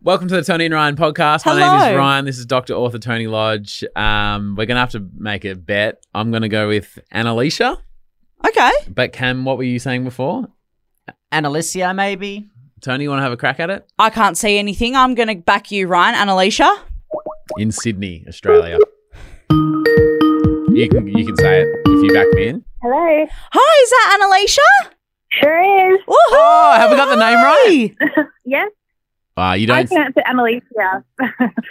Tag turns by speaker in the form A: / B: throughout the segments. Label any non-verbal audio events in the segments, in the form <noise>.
A: Welcome to the Tony and Ryan podcast. My name is
B: Hello.
A: Ryan. This is Dr. Author Tony Lodge. Um, we're going to have to make a bet. I'm going to go with Annalicia.
B: Okay.
A: But Cam, what were you saying before?
C: Annalicia, maybe.
A: Tony, you want to have a crack at it?
B: I can't see anything. I'm going to back you, Ryan and Alicia.
A: In Sydney, Australia. You can you can say it if you back me in.
D: Hello.
B: Hi, is that Annalicia?
D: Sure is.
B: Woohoo!
A: Oh, have we got the name right?
D: Yes,
A: Uh, you
D: I
A: don't.
D: pronounce it Annalicia,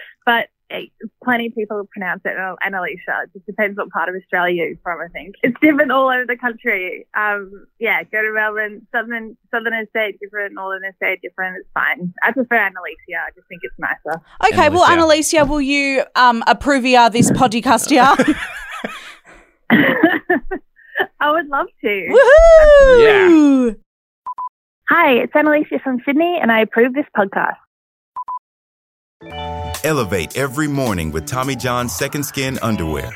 D: <laughs> but eh, plenty of people pronounce it Anna- Annalicia. It just depends what part of Australia you're from. I think it's different all over the country. Um, yeah, go to Melbourne, southern southerners say it different, northerners say it different. It's fine. I prefer Annalicia. I just think it's nicer. <laughs>
B: Okay, well,
A: Annalicia.
B: Annalicia, will you um, approve via
A: <laughs>
B: this podcast here?
D: I would love to.
B: Woohoo!
D: Hi, it's Annalicia from Sydney, and I approve this podcast.
E: Elevate every morning with Tommy John's Second Skin Underwear.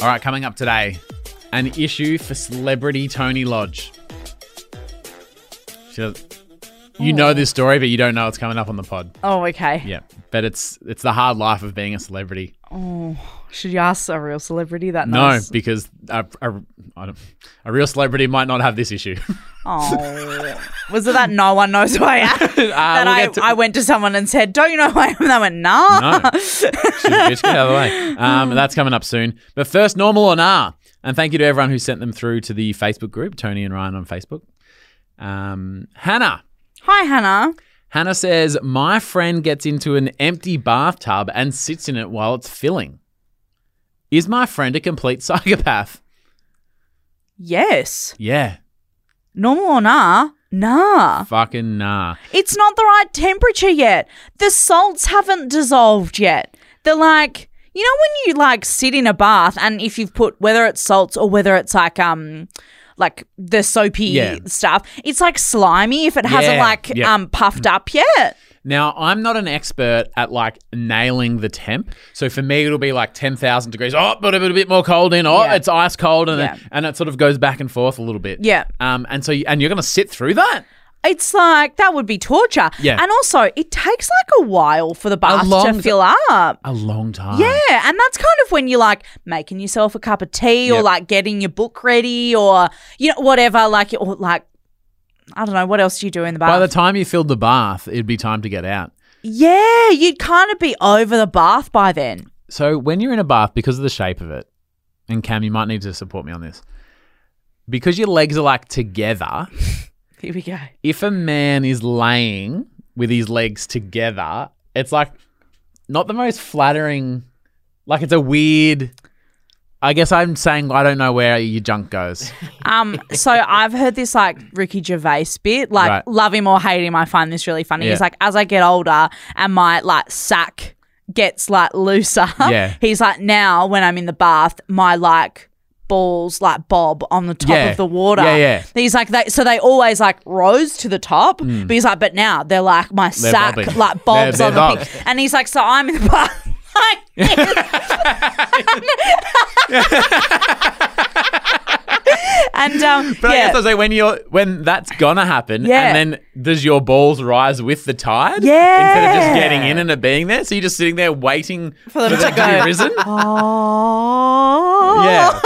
A: All right, coming up today, an issue for celebrity Tony Lodge. She does, you know this story, but you don't know it's coming up on the pod.
B: Oh, okay.
A: Yeah, but it's it's the hard life of being a celebrity.
B: Should you ask a real celebrity that?
A: No, <laughs>
B: Nice?
A: because a, a, I don't, a real celebrity might not have this issue.
B: Oh, was it that no one knows
A: <laughs>
B: who I am? <laughs> that I,
A: Uh, get to-
B: I went to someone and said, "Don't you know who I am?" <laughs> And they went, "Nah."
A: no, she's a bitch. Get out of the way. Um, that's coming up soon. But first, normal or nah? And thank you to everyone who sent them through to the Facebook group, Tony and Ryan on Facebook. Um, Hannah.
B: <laughs> Hi, Hannah.
A: Hannah says, My friend gets into an empty bathtub and sits in it while it's filling. Is my friend a complete <laughs> psychopath?
B: Yes.
A: Yeah.
B: Normal or nah? Nah.
A: Fucking nah.
B: It's not the right temperature yet. The salts haven't dissolved yet. They're like, you know, when you like sit in a bath and if you've put whether it's salts or whether it's like um like the soapy
A: Yeah.
B: stuff, it's like slimy if it hasn't
A: Yeah,
B: like
A: yeah.
B: um puffed up yet.
A: Now, I'm not an expert at like nailing the temp. So for me, it'll be like 10,000 degrees. Oh, but a bit- a bit more cold in. Oh,
B: Yeah.
A: it's ice cold. And,
B: Yeah.
A: it, and it sort of goes back and forth a little bit.
B: Yeah.
A: Um, and so, you, and you're going to sit through that?
B: It's like that would be torture.
A: Yeah.
B: And also it takes like a while for the bath
A: long t-
B: to fill up.
A: A long time.
B: Yeah, and that's kind of when you're like making yourself a cup of tea or
A: Yep.
B: like getting your book ready or you know whatever like or like I don't know what else do you do in the bath.
A: By the time you filled the bath, it'd be time to get out.
B: yeah, you'd kind of be over the bath by then.
A: So when you're in a bath, because of the shape of it, and Cam, you might need to support me on this, because your legs are like together.
B: Here we go.
A: If a man is laying with his legs together, it's like not the most flattering. Like it's a weird. I guess I'm saying I don't know where your junk
B: <laughs>
A: goes.
B: Um, so I've heard this like Ricky Gervais bit, like
A: Right.
B: love him or hate him. I find this really funny.
A: Yeah.
B: He's like, as I get older and my like sack gets like looser,
A: Yeah.
B: <laughs> he's like, now when I'm in the bath, my like balls like bob on the top
A: Yeah.
B: of the water.
A: Yeah, yeah.
B: He's like, they, so they always like rose to the top, but he's like, but now they're like my sack
A: Hmm. bobbing.
B: like bobs
A: They're-
B: on
A: they're
B: the pink. and he's like, so I'm in the bath. <laughs> like
A: <laughs>
B: this. and um,
A: But I
B: yeah.
A: guess I say when you're when that's gonna happen,
B: Yeah.
A: and then does your balls rise with the tide? Instead of just
B: Yeah.
A: getting in and it being there, so you're just sitting there waiting for
B: them to
A: them to be
B: go. <laughs>
A: risen.
B: Oh.
A: Yeah.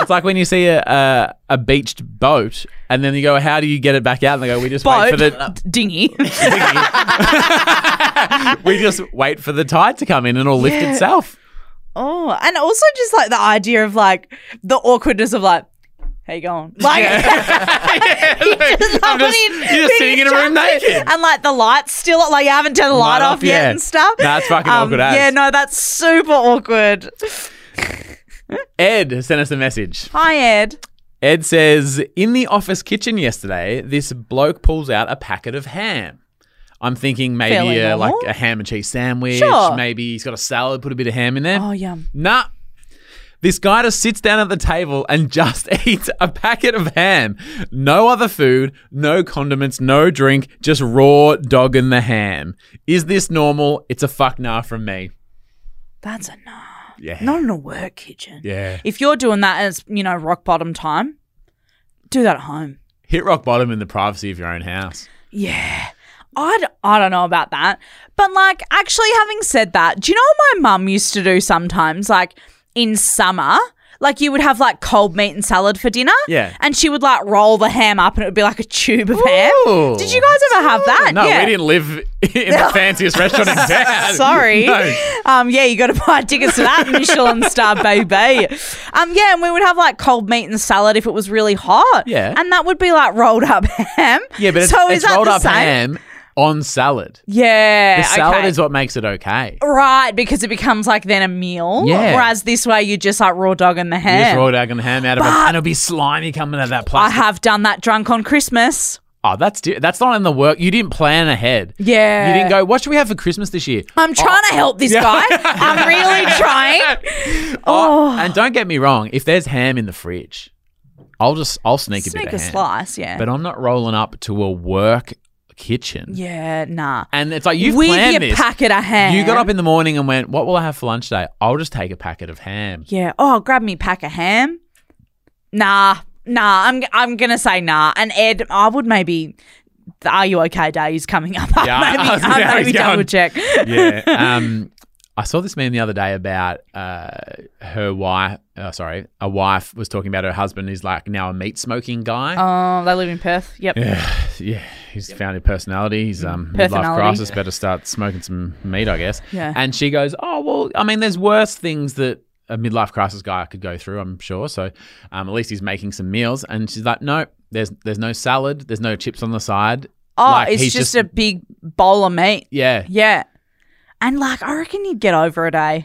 A: it's like when you see a, a a beached boat and then you go, How do you get it back out? And they go, We just wait
B: Boat,
A: for the <laughs>
B: dinghy.
A: We just wait for the tide to come in and it'll lift
B: Yeah. <laughs>
A: itself.
B: oh, and also just like the idea of like the awkwardness of like, how you
A: <laughs>
B: going? Like, <laughs>
A: Yeah, like, I'm
B: Somebody-
A: just- you're just sitting in a room naked.
B: And like the light's still like you haven't turned the light,
A: Light
B: off
A: off
B: yet
A: yet.
B: and stuff. Um,
A: Nah, it's fucking awkward as.
B: Yeah, no, that's super awkward.
A: Ed has sent us a message.
B: Hi, Ed.
A: Ed says, In the office kitchen yesterday, this bloke pulls out a packet of ham. I'm thinking maybe
B: Fairly
A: a, like
B: normal.
A: a ham and cheese sandwich.
B: Sure.
A: Maybe he's got a salad, put a bit of ham in there.
B: Oh, yum.
A: Nah. This guy just sits down at the table and <laughs> just eats a packet of ham. No other food, no condiments, no drink, just raw dog in the ham. Is this normal? It's a fuck nah from me.
B: That's a no.
A: Yeah.
B: Not in a work kitchen.
A: Yeah.
B: If you're doing that as, you know, rock bottom time, do that at home.
A: Hit rock bottom in the privacy of your own house.
B: Yeah. I d- I don't know about that. But, like, actually, having said that, do you know what my mum used to do sometimes? Like, in summer, like, you would have, like, cold meat and salad for dinner.
A: Yeah.
B: And she would, like, roll the ham up and it would be like a tube of ham.
A: Ooh.
B: Did you guys ever have that?
A: No,
B: Yeah.
A: we didn't <laughs> live in the fanciest restaurant in town.
B: <laughs> Sorry.
A: No.
B: Um, yeah, you got to buy tickets to that Michelin star baby. Um, yeah, and we would have like cold meat and salad if it was really hot.
A: Yeah.
B: and that would be like rolled up <laughs> ham.
A: Yeah, but it's,
B: so is
A: it's
B: that
A: rolled
B: the
A: up
B: same?
A: ham on salad.
B: Yeah,
A: The salad
B: okay.
A: is what makes it okay.
B: right because it becomes like then a meal.
A: Yeah.
B: whereas this way you just like raw dog and the
A: You just
B: ham.
A: raw dog and ham out of it, and it'll be slimy coming out of that
B: I
A: plastic
B: have done that drunk on Christmas.
A: Oh, that's di- that's not in the work. You didn't plan ahead.
B: Yeah. Um,
A: You didn't go. What should we have for Christmas this year?
B: I'm trying to help this guy. I'm really trying.
A: <laughs> Oh. And don't get me wrong. If there's ham in the fridge, I'll just I'll sneak, a
B: Sneak
A: bit
B: a
A: of ham.
B: slice, yeah.
A: But I'm not rolling up to a work kitchen.
B: yeah, nah.
A: And it's like you've
B: With
A: planned
B: your
A: this.
B: packet of ham.
A: You got up in the morning and went, "What will I have for lunch today? I'll just take a packet of ham."
B: Yeah. Oh, grab me pack of ham. Nah, nah. I'm I'm gonna say nah. And Ed, I would maybe. The Are you okay? Day is coming up. <laughs>
A: Yeah, I
B: maybe,
A: was- yeah, I
B: I
A: was
B: maybe
A: going-
B: double check.
A: Yeah.
B: <laughs>
A: um, I saw this meme the other day about uh, her wife. Uh, sorry, a wife was talking about her husband who's like now a meat smoking guy.
B: Oh, they live in Perth. Yep.
A: Yeah, <sighs> yeah. He's found a personality. He's um midlife
B: Mm. Personality.
A: crisis. Better start smoking some meat, I guess.
B: Yeah.
A: And she goes, "Oh well, I mean, there's worse things that a midlife crisis guy could go through. I'm sure. So, um, at least he's making some meals." And she's like, "No, there's there's no salad. There's no chips on the side.
B: Oh,
A: Like,
B: it's
A: he's
B: just, a big bowl of meat.
A: yeah,
B: Yeah. And like, I reckon you'd get over it, eh?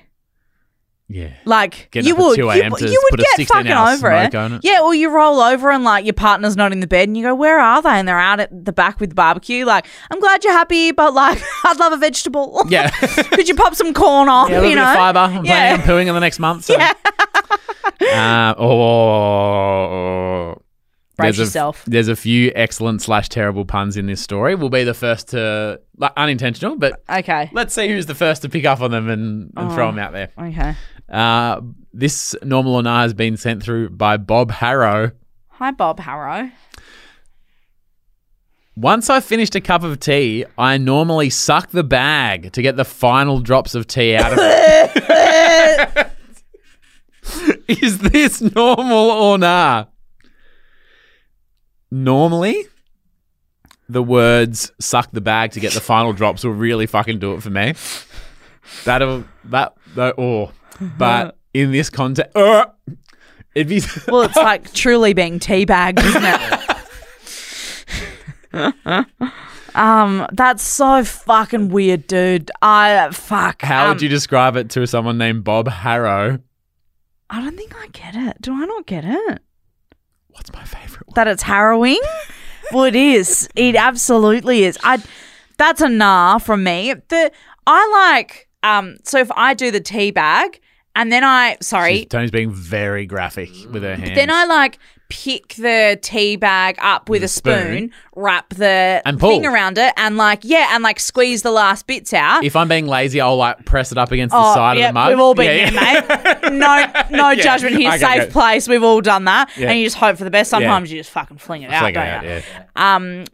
A: yeah."
B: Like
A: Getting
B: you
A: up at
B: would,
A: 2
B: you,
A: a.m.
B: w-
A: to
B: you would
A: put a
B: get
A: 16
B: fucking
A: hour
B: over it.
A: smoke on it.
B: Yeah, or you roll over and like your partner's not in the bed, and you go, "Where are they?" And they're out at the back with the barbecue. Like, I'm glad you're happy, but like, <laughs> I'd love a vegetable.
A: Yeah.
B: <laughs>
A: <laughs>
B: could you pop some corn on?
A: Yeah, a little
B: you
A: bit
B: know,
A: of fiber. I'm
B: Yeah.
A: planning on pooing in the next month.
B: <laughs>
A: So. uh, oh, oh, oh.
B: Brace
A: there's a-
B: yourself.
A: there's a few excellent slash terrible puns in this story. We'll be the first to like unintentional, but
B: okay,
A: let's see who's the first to pick up on them and, and
B: Oh.
A: throw them out there.
B: okay.
A: Uh, this normal or nah has been sent through by Bob Harrow.
B: Hi, Bob Harrow.
A: Once I finished a cup of tea, I normally suck the bag to get the final drops of tea out of it. <laughs> Is this normal or nah? Normally, the words suck the bag to get the final drops will really fucking do it for me. That'll, that, that, oh. But in this context, uh, it'd be.
B: Well, it's like truly being teabagged, isn't it? um, that's so fucking weird, dude. I
A: <laughs>
B: fuck.
A: How
B: um,
A: would you describe it to someone named Bob Harrow?
B: I don't think I get it. Do I not get it?
A: What's my favorite
B: that it's harrowing. well, it is. It absolutely is. I. That's a nah from me. The I like. Um. So if I do the tea bag and then I sorry,
A: She's- Tony's being very graphic with her hands.
B: then I like pick the tea bag up with a spoon,
A: spoon.
B: wrap the
A: And pull.
B: thing around it, and like yeah, and like squeeze the last bits out.
A: if I'm being lazy, I'll like press it up against
B: Oh,
A: the side
B: yeah,
A: of the mug.
B: We've all been
A: Yeah, <laughs> yeah.
B: there, mate.
A: <laughs>
B: No, no
A: Yeah.
B: judgment here.
A: Okay,
B: Safe
A: good.
B: place. We've all done that,
A: Yeah.
B: and you just hope for the best. Sometimes you just fucking fling it out,
A: Fling it
B: don't
A: out,
B: you?
A: yeah.
B: Um,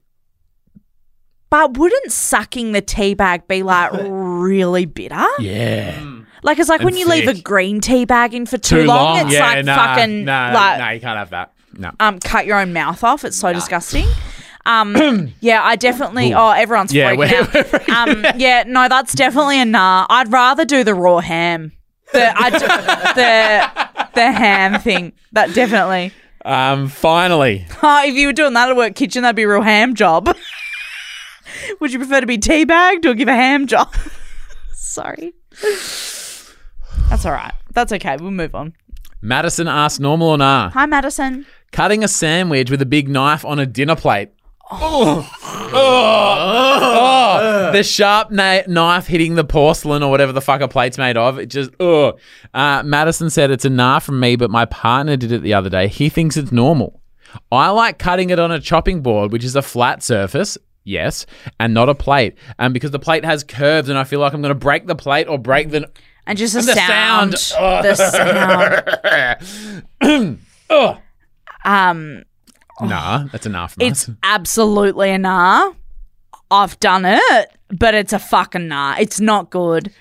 B: but wouldn't sucking the tea bag
A: <laughs>
B: be like really bitter?
A: Yeah.
B: Like it's like
A: And
B: when you leave a
A: thick.
B: green tea bag in for too, long, it's
A: yeah,
B: like
A: nah,
B: fucking
A: nah,
B: like
A: nah, you can't have that. No.
B: um cut your own mouth off. It's so disgusting.
A: <clears throat>
B: Um, yeah, I definitely. Oh, everyone's
A: Yeah,
B: freaking
A: we're- <laughs>
B: out.
A: we're freaking
B: um, yeah, no, that's definitely a nah. I'd rather do the raw ham. The I d- the the ham thing. That definitely.
A: Um, finally,
B: Oh, if you were doing that at work kitchen, that'd be a real ham job. <laughs> Would you prefer to be teabagged or give a ham job? <laughs> Sorry. That's all right. That's okay. We'll move on.
A: Madison asked, normal or nah?
B: Hi, Madison.
A: Cutting a sandwich with a big knife on a dinner plate. Oh, the sharp na- knife hitting the porcelain or whatever the fuck a plate's made of. It just, ugh. Uh, Madison said it's a nah from me, but my partner did it the other day. He thinks it's normal. I like cutting it on a chopping board, which is a flat surface, yes, and not a plate. And because the plate has curves, and I feel like I'm going to break the plate or break the. <coughs>
B: And just a
A: the
B: sound.
A: sound. <laughs>
B: The sound.
A: Ugh.
B: Um,
A: Nah, that's enough.
B: it's absolutely a nah. I've done it, but it's a fucking nah. It's not good.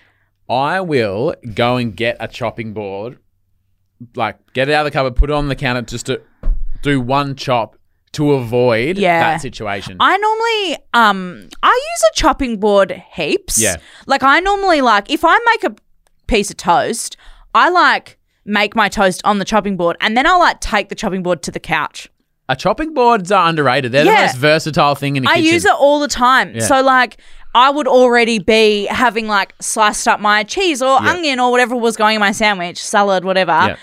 A: I will go and get a chopping board, like get it out of the cupboard, put it on the counter just to do one chop to avoid
B: Yeah.
A: that situation.
B: I normally um I use a chopping board heaps.
A: Yeah.
B: Like I normally like if I make a piece of toast, I like make my toast on the chopping board and then I'll like take the chopping board to the couch.
A: a chopping board's are underrated. They're
B: Yeah.
A: the most versatile thing in the
B: I
A: kitchen.
B: use it all the time.
A: Yeah.
B: So like I would already be having like sliced up my cheese or onion or whatever was going in my sandwich, salad, whatever.
A: Yeah.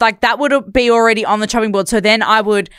B: Like that would be already on the chopping board. So then I would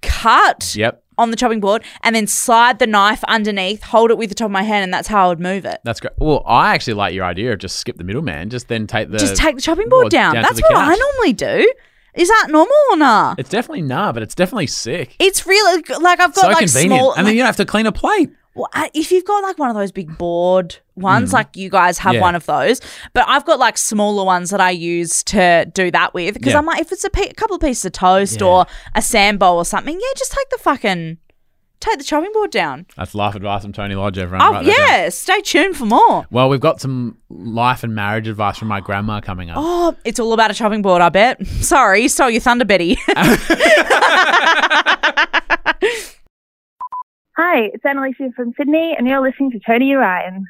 B: cut
A: Yep,
B: on the chopping board and then slide the knife underneath, hold it with the top of my hand, and that's how I would move it.
A: that's great. Well, I actually like your idea of just skip the middleman, just then take the
B: Just take the chopping board
A: board
B: down.
A: down to
B: That's
A: the
B: what I
A: couch.
B: normally do. Is that normal or nah?
A: It's definitely nah, but it's definitely sick.
B: It's really like I've got
A: so
B: like
A: convenient,
B: small.
A: and then you don't have to clean a plate.
B: Well, I- if you've got like one of those big board ones, like you guys have
A: Mm. Yeah.
B: one of those, but I've got like smaller ones that I use to do that with because
A: Yeah.
B: I'm like, if it's a, pe- a couple of pieces of toast or a sand bowl or something, yeah, just take the fucking take the chopping board down.
A: That's life advice from Tony Lodge. Everyone,
B: Oh
A: Write that down.
B: yeah, stay tuned for more.
A: Well, we've got some life and marriage advice from my grandma coming up.
B: Oh, it's all about a chopping board, I bet. <laughs> Sorry, stole your thunder, Betty.
A: <laughs>
B: <laughs>
D: Hi, it's Annalisa from Sydney, and you're listening to Tony Ryan.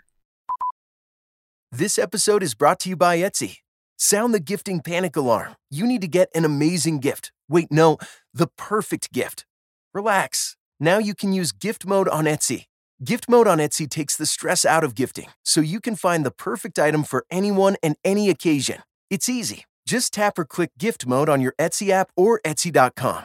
F: This episode is brought to you by Etsy. Sound the gifting panic alarm. You need to get an amazing gift. Wait, no, the perfect gift. Relax. Now you can use gift mode on Etsy. Gift mode on Etsy takes the stress out of gifting, so you can find the perfect item for anyone and any occasion. It's easy. Just tap or click gift mode on your Etsy app or Etsy.com.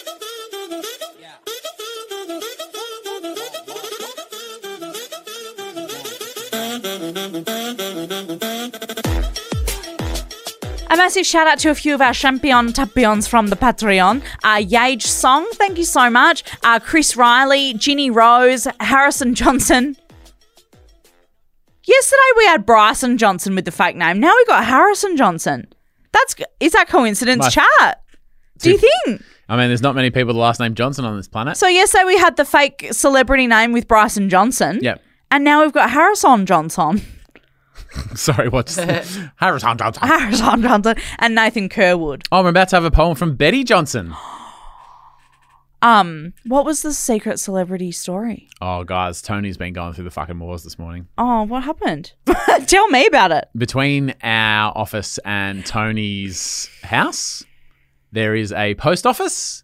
B: A massive shout out to a few of our champion tapions from the Patreon. Uh, Yage Song, thank you so much. Uh, Chris Riley, Ginny Rose, Harrison Johnson. Yesterday we had Bryson Johnson with the fake name. Now we got Harrison Johnson. That's g- is that coincidence,
A: My-
B: chat? Do you
A: Two-
B: think?
A: I mean, there's not many people with the last name Johnson on this planet.
B: So yesterday we had the fake celebrity name with Bryson Johnson.
A: Yep. <laughs>
B: And now we've got Harrison Johnson. <laughs>
A: Sorry, what's Harrison Johnson?
B: Harrison Johnson and Nathan Kerwood.
A: Oh, we're about to have a poem from Betty Johnson.
B: Um, what was the secret celebrity story?
A: Oh, guys, Tony's been going through the fucking wars this morning.
B: Oh, what happened? <laughs> Tell me about it.
A: Between our office and Tony's house, there is a post office.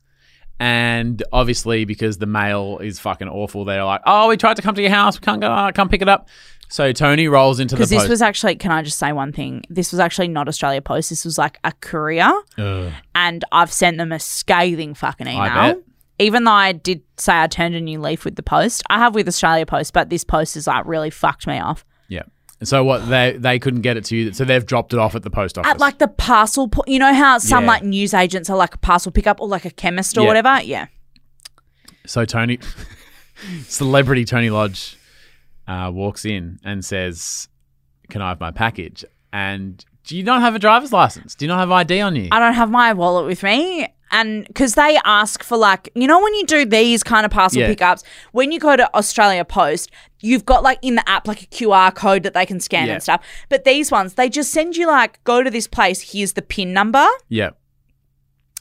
A: And obviously, because the mail is fucking awful, they're like, oh, we tried to come to your house. We can't go, uh, come pick it up. So Tony rolls into the
B: Because
A: post.
B: this was actually, can I just say one thing? This was actually not Australia Post. This was like a courier. And I've sent them a scathing fucking email.
A: bet.
B: Even though I did say I turned a new leaf with the post, I have with Australia Post, but this post has like really fucked me off.
A: yeah. And so what? They they couldn't get it to you. So they've dropped it off at the post office.
B: At like the parcel, po- you know how some
A: Yeah.
B: like news agents are like a parcel pickup or like a chemist or
A: Yeah.
B: whatever? Yeah.
A: So Tony, celebrity Tony Lodge, uh, walks in and says, "Can I have my package?" And do you not have a driver's license? Do you not have ID on you?
B: I don't have my wallet with me. And because they ask for, like, you know, when you do these kind of parcel
A: Yeah.
B: pickups, when you go to Australia Post, you've got like in the app, like a QR code that they can scan
A: Yeah.
B: and stuff. But these ones, they just send you, like, go to this place, here's the PIN number.
A: yeah.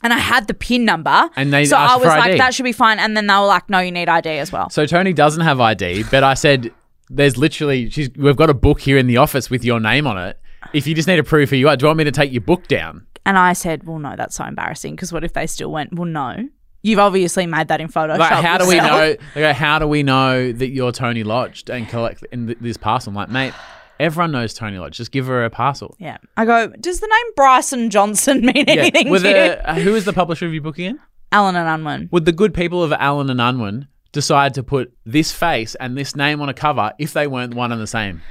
B: And I had the PIN number.
A: And they
B: so
A: asked
B: I was
A: for
B: like,
A: ID.
B: that should be fine. And then they were like, no, you need ID as well.
A: So Tony doesn't have ID, but I said, "There's literally she's, we've got a book here in the office with your name on it. If you just need to prove who you are, do you want me to take your book down?"
B: And I said, well, no, that's so embarrassing because what if they still went, well, no. You've obviously made that in Photoshop.
A: Like, how do we
B: yourself."
A: know? They go, how do we know that you're Tony Lodge and collect in th- this parcel? I'm like, mate, everyone knows Tony Lodge. Just give her a
B: <laughs>
A: parcel.
B: Yeah. I go, does the name Bryson Johnson <laughs> mean anything
A: With
B: to you?
A: the- uh, who is the publisher of your book again?
B: Alan and Unwin.
A: Would the good people of Allen and Unwin decide to put this face and this name on a cover if they weren't one and the same?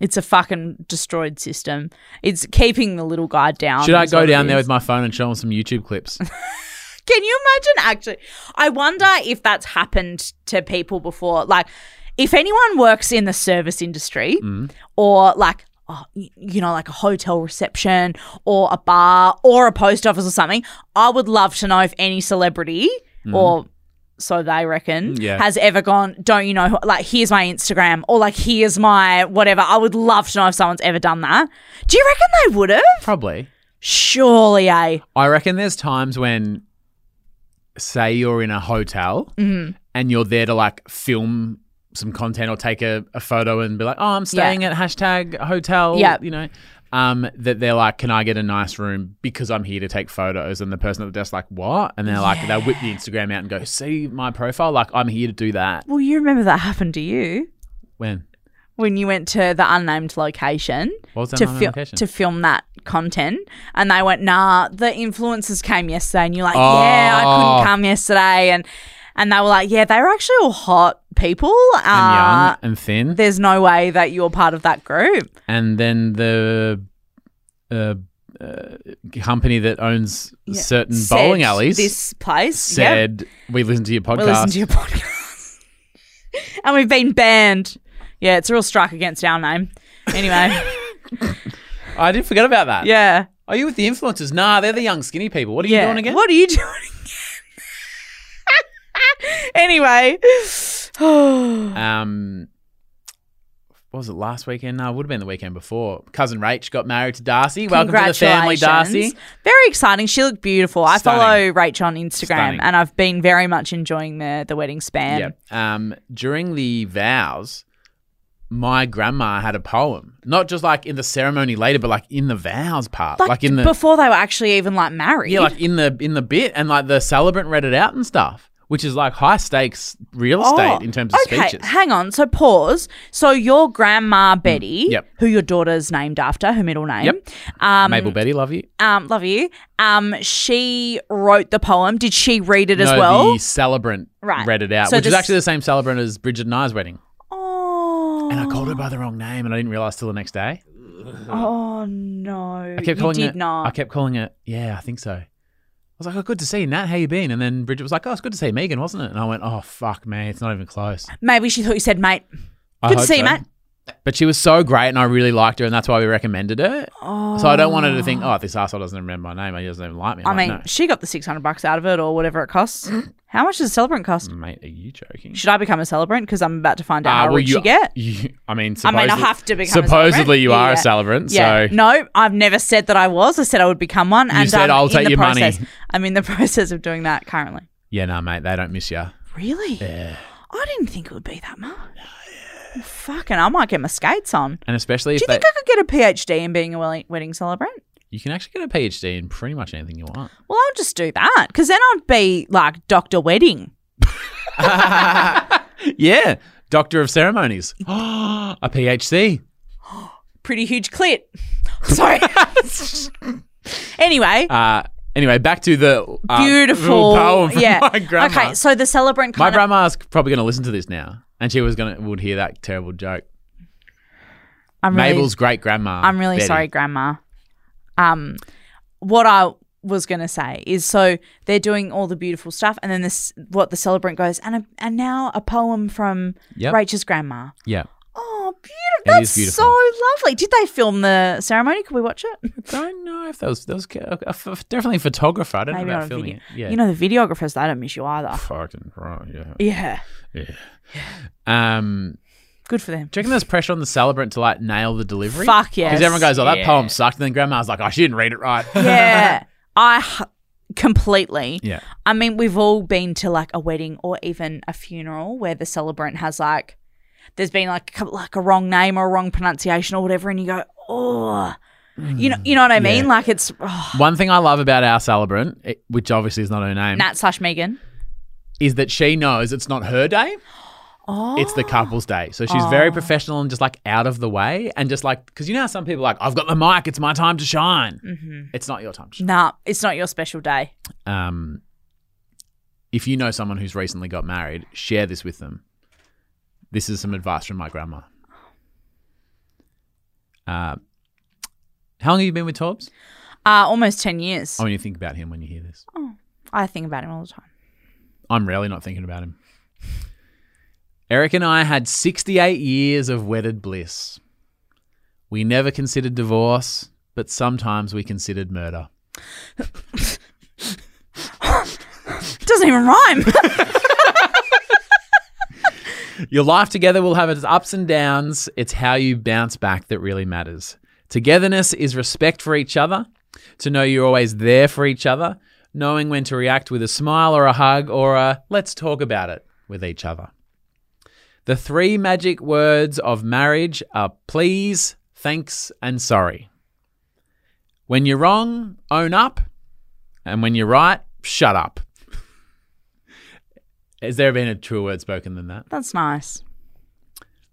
B: It's a fucking destroyed system. It's keeping the little guy down.
A: Should I
B: is Um, what
A: go
B: it
A: down there
B: is.
A: with my phone and show them some YouTube clips?
B: <laughs> Can you imagine actually? I wonder if that's happened to people before. Like, if anyone works in the service industry or like, oh, y- you know, like a hotel reception or a bar or a post office or something, I would love to know if any celebrity or so they reckon
A: Yeah.
B: has ever gone, don't you know, who- like, here's my Instagram or like, here's my whatever. I would love to know if someone's ever done that. Do you reckon they would have?
A: Probably.
B: Surely, eh?
A: I reckon there's times when, say, you're in a hotel
B: Mm-hmm.
A: and you're there to like film some content or take a, a photo and be like, oh, I'm staying at hashtag hotel,
B: Yeah.
A: you know, um, that they're like, can I get a nice room because I'm here to take photos? And the person at the desk like, what? And they're like, they'll whip the Instagram out and go, see my profile? Like, I'm here to do that.
B: Well, you remember that happened to you.
A: When?
B: when you went to the unnamed location
A: What was
B: to,
A: that
B: fil-
A: location?
B: to film that content and they went nah the influencers came yesterday and you're like
A: Oh.
B: yeah i couldn't come yesterday and and they were like yeah they were actually all hot people
A: and young
B: uh,
A: and thin.
B: there's no way that you're part of that group
A: and then the uh, uh, company that owns certain
B: Said
A: bowling alleys
B: this place yeah
A: said, "We listen to your podcast."
B: we listen to your podcast <laughs> and we've been banned yeah it's a real strike against our name anyway
A: <laughs> I did forget about that.
B: yeah
A: Are you with the influencers? Nah, they're the young skinny people. What are you doing again?
B: What are you <laughs> doing again? anyway.
A: Um, what was it last weekend? No, it would have been the weekend before. Cousin Rach got married to Darcy. Welcome to the family, Darcy.
B: Congratulations. Very exciting. She looked beautiful. I
A: Stunning.
B: follow Rach on Instagram
A: Stunning.
B: and I've been very much enjoying the the wedding span.
A: Yep. Um, during the vows, my grandma had a poem. Not just like in the ceremony later, but like in the vows part, like,
B: Like,
A: in the
B: before they were actually even like married.
A: Yeah, like in the in the bit, and like the celebrant read it out and stuff, which is like high stakes real estate in terms of
B: Oh, okay,
A: speeches. Mm,
B: Hang on. So pause. So your grandma Betty,
A: Yep.
B: who your daughter's named after, her middle name.
A: Yep.
B: Um,
A: Mabel Betty, love you.
B: um, love you. Um, she wrote the poem. Did she read it as
A: no,
B: well?
A: the celebrant
B: Right.
A: read it out,
B: So
A: which is
B: this-
A: actually the same celebrant as Bridget and I's wedding.
B: Oh.
A: And I called her by the wrong name, and I didn't realize till the next day.
B: Oh no!
A: I kept calling
B: you
A: it.
B: did not.
A: I kept calling it. Yeah, I think so. I was like, "Oh, good to see you, Nat. How you been?" And then Bridget was like, "Oh, it's good to see you, Megan, wasn't it?" And I went, "Oh, fuck, man, it's not even close."
B: Maybe she thought you said mate.
A: I
B: Good to
A: hope
B: see you,
A: so.
B: mate.
A: But she was so great, and I really liked her, and that's why we recommended her. So I don't want her to think, oh, this asshole doesn't remember my name. He doesn't even like me.
B: I
A: I'm like,
B: mean, she got the six hundred bucks out of it, or whatever it costs. How much does a celebrant cost?
A: no. mate, are you joking?
B: Should I become a celebrant? Because I'm about to find out
A: Ah,
B: how
A: Mm. well,
B: rich you, get.
A: <laughs> you- I mean,
B: I mean, I
A: supposedly-
B: have to become. a celebrant.
A: Supposedly, you are
B: Yeah.
A: a celebrant.
B: Yeah.
A: So
B: No, I've never said that I was. I said I would become one. and
A: said,
B: I'm
A: "I'll
B: in
A: take
B: the
A: your money."
B: process. I'm in the <laughs> process of doing that currently.
A: yeah, no, mate, they don't miss you.
B: Really?
A: Yeah.
B: I didn't think it would be that much. Well, Fucking, I might get my skates on.
A: And especially if
B: Do you
A: they,
B: think I could get a PhD in being a welli- wedding celebrant?
A: you can actually get a PhD in pretty much anything you
B: <laughs>
A: want. <laughs>
B: Well, I'll just do that because then I'd be like Doctor Wedding.
A: yeah, Doctor of Ceremonies, <gasps> a PhD.
B: Pretty huge clit. <laughs> Sorry. anyway,
A: Uh, anyway, back to the uh,
B: beautiful.
A: little <laughs> poem from
B: yeah.
A: my grandma.
B: Okay, so the celebrant
A: My
B: kind of.
A: grandma's probably going to listen to this now, and she was going to would hear that terrible joke.
B: I'm really,
A: Mabel's great grandma.
B: I'm really
A: Betty.
B: sorry, Grandma. Um, what I was going to say is so they're doing all the beautiful stuff, and then this what the celebrant goes and a, and now a poem from
A: Yep.
B: Rachel's grandma.
A: Yeah.
B: Oh, beautiful!
A: It
B: That's
A: is beautiful.
B: so lovely. Did they film the ceremony? Can we watch it?
A: Don't know if that was that was a- a- f- definitely a photographer. I don't
B: Maybe
A: know
B: on
A: about
B: a
A: filming
B: video.
A: it. Yeah.
B: You know the videographers, they don't miss you either.
A: Fucking right. Yeah.
B: Yeah,
A: Um,
B: good for them.
A: do you reckon there's pressure on the celebrant to like nail the delivery?
B: Fuck yes.
A: Because everyone goes, "Oh, that poem sucked," and then Grandma's like, "Oh, she didn't read it right."
B: Yeah, I h- completely.
A: yeah.
B: I mean, we've all been to like a wedding or even a funeral where the celebrant has like, there's been like a couple, like a wrong name or a wrong pronunciation or whatever, and you go, oh, you know,
A: Mm.
B: you know what I mean? Like it's oh,
A: <laughs> One thing I love about our celebrant, it- which obviously is not her name,
B: Nat slash Megan.
A: is that she knows it's not her day.
B: Oh,
A: It's the couple's day. So she's very professional and just like out of the way and just like, because you know how some people are like, I've got the mic, it's my time to shine.
B: Mm-hmm.
A: It's not your time to shine.
B: nah, it's not your special day.
A: Um, if you know someone who's recently got married, share this with them. This is some advice from my grandma. Uh, how long have you been with Torbs?
B: Uh, almost ten years.
A: I mean, you think about him when you hear this.
B: I think about him all the time.
A: I'm really not thinking about him. Eric and I had 68 years of wedded bliss. We never considered divorce, but sometimes we considered murder.
B: It doesn't even rhyme. <laughs>
A: Your life together will have its ups and downs. It's how you bounce back that really matters. Togetherness is respect for each other, to know you're always there for each other, knowing when to react with a smile or a hug or a let's talk about it with each other. The three magic words of marriage are please, thanks, and sorry. When you're wrong, own up, and when you're right, shut up. Has there been a truer word spoken than that?
B: That's nice.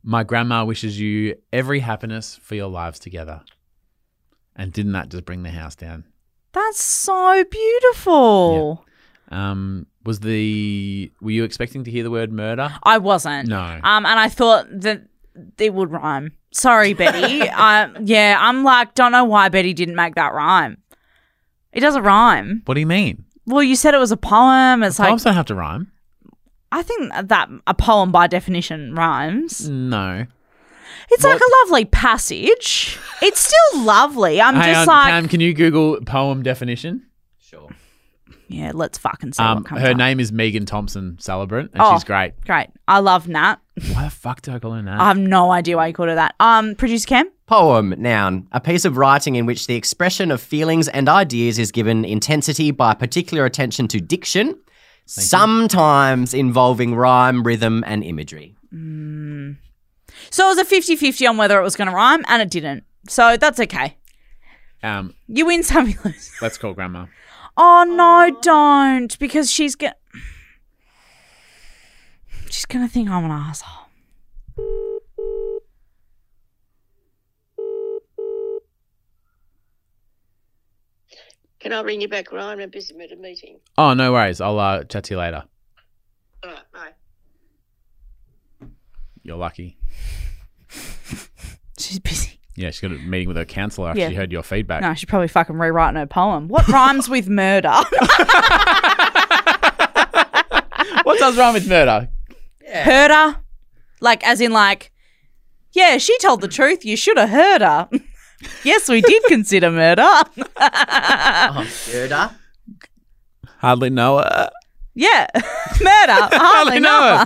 A: My grandma wishes you every happiness for your lives together. And didn't that just bring the house down?
B: That's so beautiful.
A: Um, was the were you expecting to hear the word murder?
B: I wasn't.
A: No.
B: Um, and I thought that it would rhyme.
A: <laughs>
B: Sorry, Betty. I, yeah, I'm like, don't know why Betty didn't make that rhyme. It doesn't rhyme.
A: What do you mean?
B: Well, you said it was a poem. It's like
A: Poems don't have to rhyme.
B: I think that a poem by definition rhymes.
A: No.
B: It's like a lovely passage. It's still lovely. I'm
A: Hang
B: just
A: on,
B: like,
A: Cam, um, can you Google poem definition?
C: Sure.
B: yeah, let's fucking see
A: Um,
B: what comes
A: her
B: up.
A: name is Megan Thompson Celebrant, and
B: Oh.
A: she's great.
B: Great. I love Nat.
A: Why the fuck do I call her Nat?
B: I have no idea why you called her that. Um, producer Cam.
C: <laughs> Poem, noun, a piece of writing in which the expression of feelings and ideas is given intensity by particular attention to diction, sometimes involving rhyme, rhythm, and imagery.
B: So it was a 50-50 on whether it was going to rhyme, and it didn't. So that's okay.
A: um,
B: You win some, you lose.
A: let's call grandma.
B: Oh no, don't because she's going She's gonna think I'm an asshole.
G: Can I ring you back, Ryan? I'm a busy at a meeting.
A: Oh, no worries. I'll uh, chat to you later.
G: All right, bye.
A: You're lucky.
B: She's busy.
A: Yeah, she's got a meeting with her counselor after
B: Yeah.
A: she heard your feedback.
B: No, she's probably fucking rewriting her poem. What rhymes with murder?
A: What does rhyme with murder?
B: heard her, like as in like, yeah, she told the truth. You should have heard her. <laughs> yes, we did consider murder.
C: Gerda?
A: Hardly know her.
B: yeah, <laughs> murder. Hardly know. her.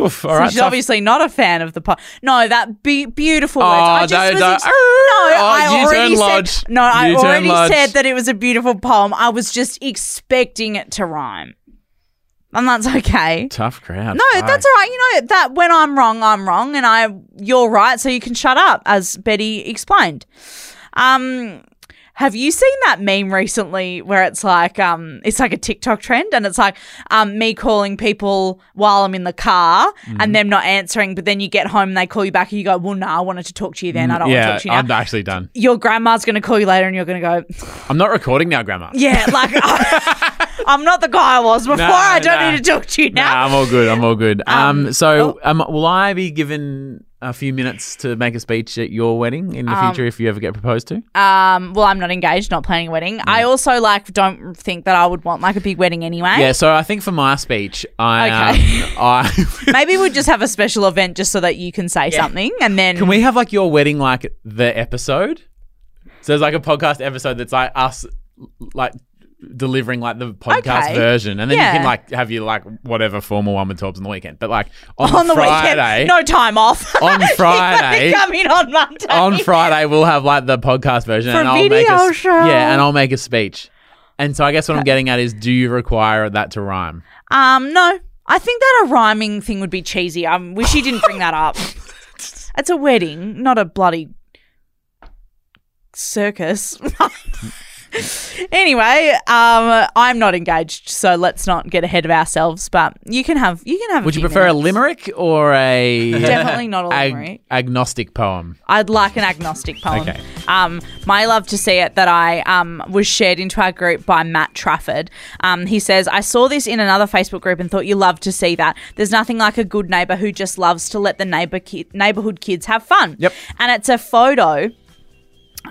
A: Oof, all
B: So
A: right.
B: she's obviously not a fan of the poem. No, that be- beautiful words. I
A: Oh, no,
B: just was
A: no.
B: ex- no,
A: Oh,
B: I
A: you turn
B: already
A: lodge.
B: said no. I
A: You turn
B: already
A: lodge.
B: said that it was a beautiful poem. I was just expecting it to rhyme, and that's okay.
A: tough crowd.
B: No, that's all right. You know that when I'm wrong, I'm wrong, and I you're right, so you can shut up, as Betty explained. Um, have you seen that meme recently where it's like um, it's like a TikTok trend, and it's like um, me calling people while I'm in the car
A: Mm-hmm.
B: and them not answering, but then you get home and they call you back, and you go, "Well, no, I wanted to talk to you then. I don't want to
A: Mm, yeah,
B: talk to you now."
A: I'm actually done.
B: your grandma's going to call you later and you're going to go,
A: <laughs> I'm not recording now, Grandma.
B: yeah, like <laughs> I'm not the guy I was before. I don't
A: nah.
B: need to talk to you now.
A: Nah, I'm all good. I'm all good. Um,
B: Um,
A: so um, will I be given a few minutes to make a speech at your wedding in the
B: Um,
A: future if you ever get proposed to?
B: Um, well, I'm not engaged, not planning a wedding. I also like don't think that I would want like a big wedding anyway.
A: Yeah. So I think for my speech, I
B: Okay. <laughs>
A: um, I
B: Maybe we'll just have a special event just so that you can say something, and then
A: can we have like your wedding like the episode? So there's like a podcast episode that's like us like delivering like the podcast
B: Okay.
A: version, and then you can
B: Yeah.
A: like have your like whatever formal one with Torbs on the weekend, but like on,
B: on the
A: Friday.
B: weekend, <laughs> no time off.
A: On
B: <laughs> You gotta
A: Friday-
B: come in on Monday.
A: on Friday we'll have like the podcast version
B: For
A: and I'll make
B: video
A: a,
B: show.
A: Yeah, and I'll make a speech. And so I guess what I'm getting at is do you require that to rhyme?
B: Um, no, I think that a rhyming thing would be cheesy. I wish you didn't bring
A: <laughs>
B: that up. It's a wedding, not a bloody circus. <laughs> anyway, um, I'm not engaged, so let's not get ahead of ourselves. But you can have, you can have.
A: Would you
B: few
A: prefer a
B: minutes.
A: limerick or a
B: Definitely not a
A: ag-
B: limerick.
A: agnostic poem?
B: I'd like an agnostic poem.
A: Okay.
B: Um, my love to see it that I um, was shared into our group by Matt Trafford. Um, he says, I saw this in another Facebook group and thought you loved to see that. There's nothing like a good neighbor who just loves to let the neighbor ki- neighborhood kids have fun.
A: Yep.
B: And it's a photo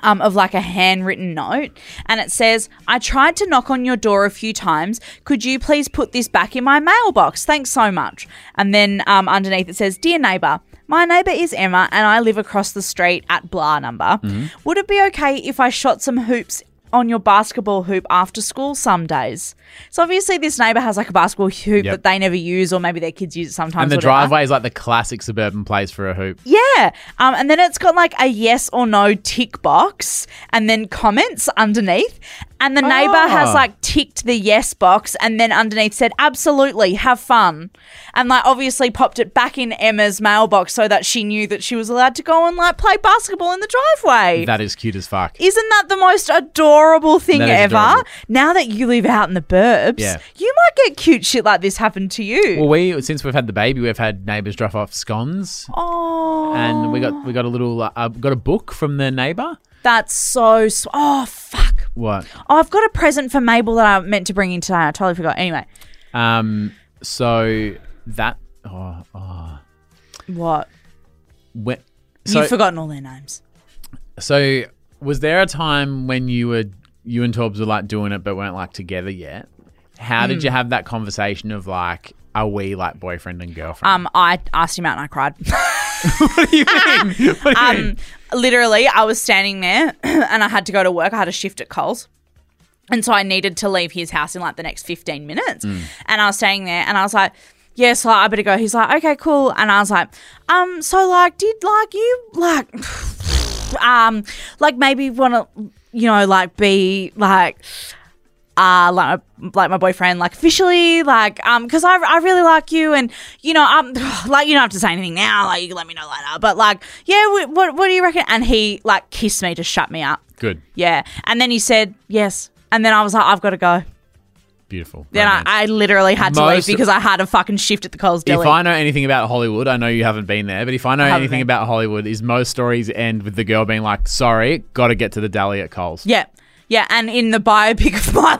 B: um, of like a handwritten note, and it says, "I tried to knock on your door a few times. Could you please put this back in my mailbox? Thanks so much." And then um, underneath it says, "Dear neighbor." My neighbour is Emma, and I live across the street at blah number.
A: Mm-hmm.
B: Would it be okay if I shot some hoops on your basketball hoop after school some days? So obviously, this neighbour has like a basketball hoop
A: Yep.
B: that they never use, or maybe their kids use it sometimes.
A: And the
B: whatever.
A: driveway is like the classic suburban place for a hoop.
B: Yeah. Um, and then it's got like a yes or no tick box and then comments underneath. And the neighbor
A: Ah.
B: has like ticked the yes box and then underneath said, absolutely, have fun. And like obviously popped it back in Emma's mailbox so that she knew that she was allowed to go and like play basketball in the driveway.
A: That is cute as fuck.
B: Isn't that the most adorable thing
A: That is
B: ever?
A: adorable.
B: Now that you live out in the burbs,
A: Yeah.
B: you might get cute shit like this happen to you.
A: Well, we since we've had the baby, we've had neighbours drop off scones,
B: oh.
A: and we got we got a little uh, got a book from the neighbour.
B: That's so. Sw- oh, fuck.
A: What?
B: Oh, I've got a present for Mabel that I meant to bring in today. I totally forgot. Anyway,
A: Um. So that. Oh. oh.
B: what?
A: When, so,
B: You've forgotten all their names.
A: So, was there a time when you were you and Torbs were like doing it but weren't like together yet? How
B: Hmm.
A: did you have that conversation of like, are we like boyfriend and girlfriend?
B: Um, I asked him out and I cried.
A: <laughs> what do you mean? What do you mean?
B: um, literally, I was standing there <clears throat> and I had to go to work. I had a shift at Coles. And so I needed to leave his house in like the next 15 minutes. And I was standing there and I was like, yes, like, I better go. He's like, okay, cool. And I was like, um, so like, did like you like, <sighs> um, like maybe want to, you know, like be like, uh, like, like my boyfriend, like officially, like, um, because I, I really like you, and you know, um, <sighs> like you don't have to say anything now, like you can let me know later, but like, yeah, wh- what, what do you reckon? And he like kissed me to shut me up,
A: Good,
B: yeah, and then he said yes, and then I was like, I've got to go.
A: beautiful.
B: Then I,
A: romance.
B: I literally had to
A: Most-
B: leave because I had a fucking shift at the Coles
A: if
B: deli.
A: I know anything about Hollywood, I know you haven't been there, but if I know
B: haven't
A: anything
B: been.
A: about Hollywood, is most stories end with the girl being like, "Sorry, got to get to the deli at Coles."
B: Yeah. Yeah, and in the biopic of
A: <laughs>
B: my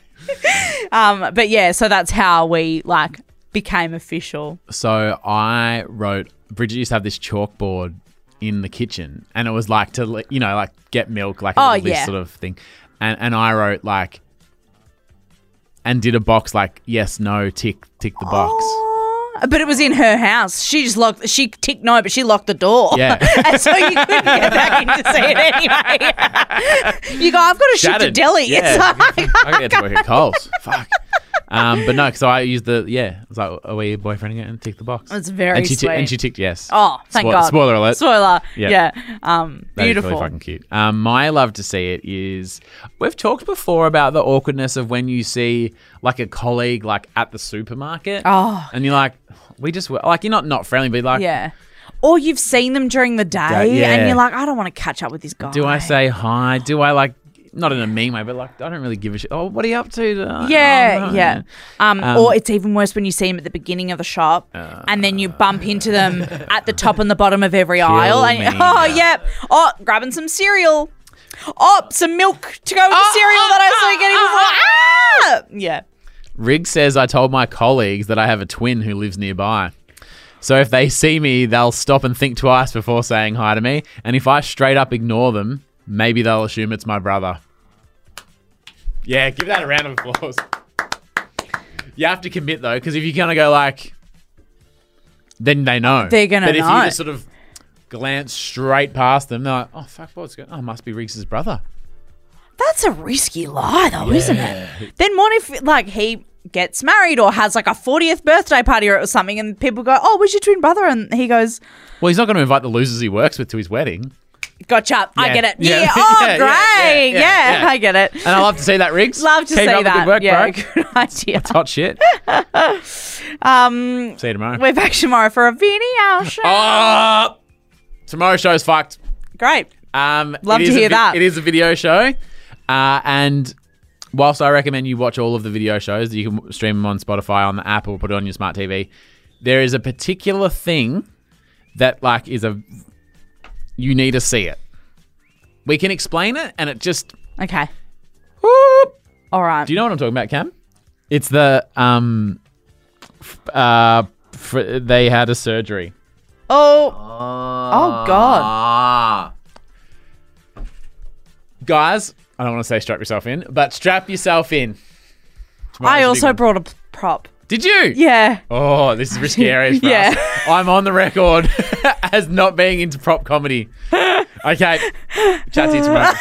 B: life. <laughs> um, but yeah, so that's how we like became official.
A: So I wrote. Bridget used to have this chalkboard in the kitchen, and it was like to li- you know like get milk, like a
B: Oh,
A: little list
B: yeah.
A: sort of thing. And and I wrote like, and did a box like yes, no, tick, tick the box.
B: Oh. But it was in her house. She just locked. She ticked no, but she locked the door.
A: Yeah.
B: <laughs> and so you couldn't get back in to see it anyway. you go. I've got to shift to
A: Shattered.
B: Delhi. It's
A: Yeah,
B: like-
A: <laughs> I gotta get to work at Coles. Fuck. Um, but no, because I used the yeah. I was like, "Oh, are we boyfriending it and tick the box?
B: That's very
A: and she ti-
B: sweet.
A: and she ticked yes.
B: oh, thank
A: Spoil-
B: God.
A: Spoiler alert.
B: Spoiler.
A: Yeah.
B: Yeah. Um,
A: That is
B: beautiful.
A: really fucking cute. Um, my love to see it is we've talked before about the awkwardness of when you see like a colleague like at the supermarket.
B: Oh.
A: And you're like, we just were like you're not not friendly, but like,
B: yeah. Or you've seen them during the day,
A: yeah.
B: and you're like, I don't want to catch up with this guy.
A: do I say hi? Do I like not in a mean way, but like I don't really give a shit. Oh, what are you up to? Uh,
B: Yeah,
A: oh, no.
B: yeah. Um,
A: Um, Uh,
B: or it's even worse when you see them at the beginning of the shop, and then you bump into them
A: <laughs>
B: at the top and the bottom of every aisle, and
A: me.
B: oh, yep, oh, grabbing some cereal. Oh, some milk to go with
A: Oh,
B: the cereal that I was getting before. Ah! Yeah.
A: Rig says, I told my colleagues that I have a twin who lives nearby. So if they see me, they'll stop and think twice before saying hi to me. And if I straight up ignore them, maybe they'll assume it's my brother. Yeah, give that a round of applause. You have to commit though, because if you're gonna go like, then they know.
B: They're gonna
A: But if
B: know.
A: you just sort of glance straight past them, they're like, "Oh fuck, what's going? Oh, it must be Riggs's brother."
B: That's a risky lie, though, isn't it? Then what if, like, he gets married or has like a 40th birthday party or something, and people go, "Oh, where's your twin brother?" And he goes,
A: Well, he's not going to invite the losers he works with to his wedding.
B: "Gotcha, I
A: Yeah.
B: get it.
A: Yeah. <laughs>
B: Yeah, oh,
A: Yeah, yeah,
B: great,
A: yeah,
B: yeah,
A: yeah, yeah.
B: I get it."
A: And I love to see that, Riggs.
B: Love to
A: Keep
B: see
A: up
B: that.
A: The good work,
B: yeah,
A: bro.
B: good <laughs> idea.
A: It's hot shit.
B: <laughs> Um,
A: see you tomorrow.
B: we're back tomorrow for a Vinny
A: <laughs>
B: Hour show.
A: Ah! tomorrow's show's fucked.
B: Great.
A: Um,
B: Love
A: it
B: to
A: is a
B: hear that.
A: It is a video show, uh, and whilst I recommend you watch all of the video shows, you can stream them on Spotify, on the app, or put it on your smart TV. There is a particular thing that like is a you need to see it. We can explain it, and it just
B: Okay. All right.
A: do you know what I'm talking about, Cam? It's the um, f- uh, f- they had a surgery.
B: oh,
A: Uh,
B: oh God.
C: Ah.
A: guys, I don't want to say strap yourself in, but strap yourself in. Tomorrow's a
B: I
A: big
B: also
A: one.
B: brought a p- prop.
A: Did you?
B: Yeah.
A: Oh, this is risky areas for
B: Yeah.
A: us. I'm on the <laughs>
B: <laughs>
A: record as not being into prop comedy. Okay. Chat to you tomorrow.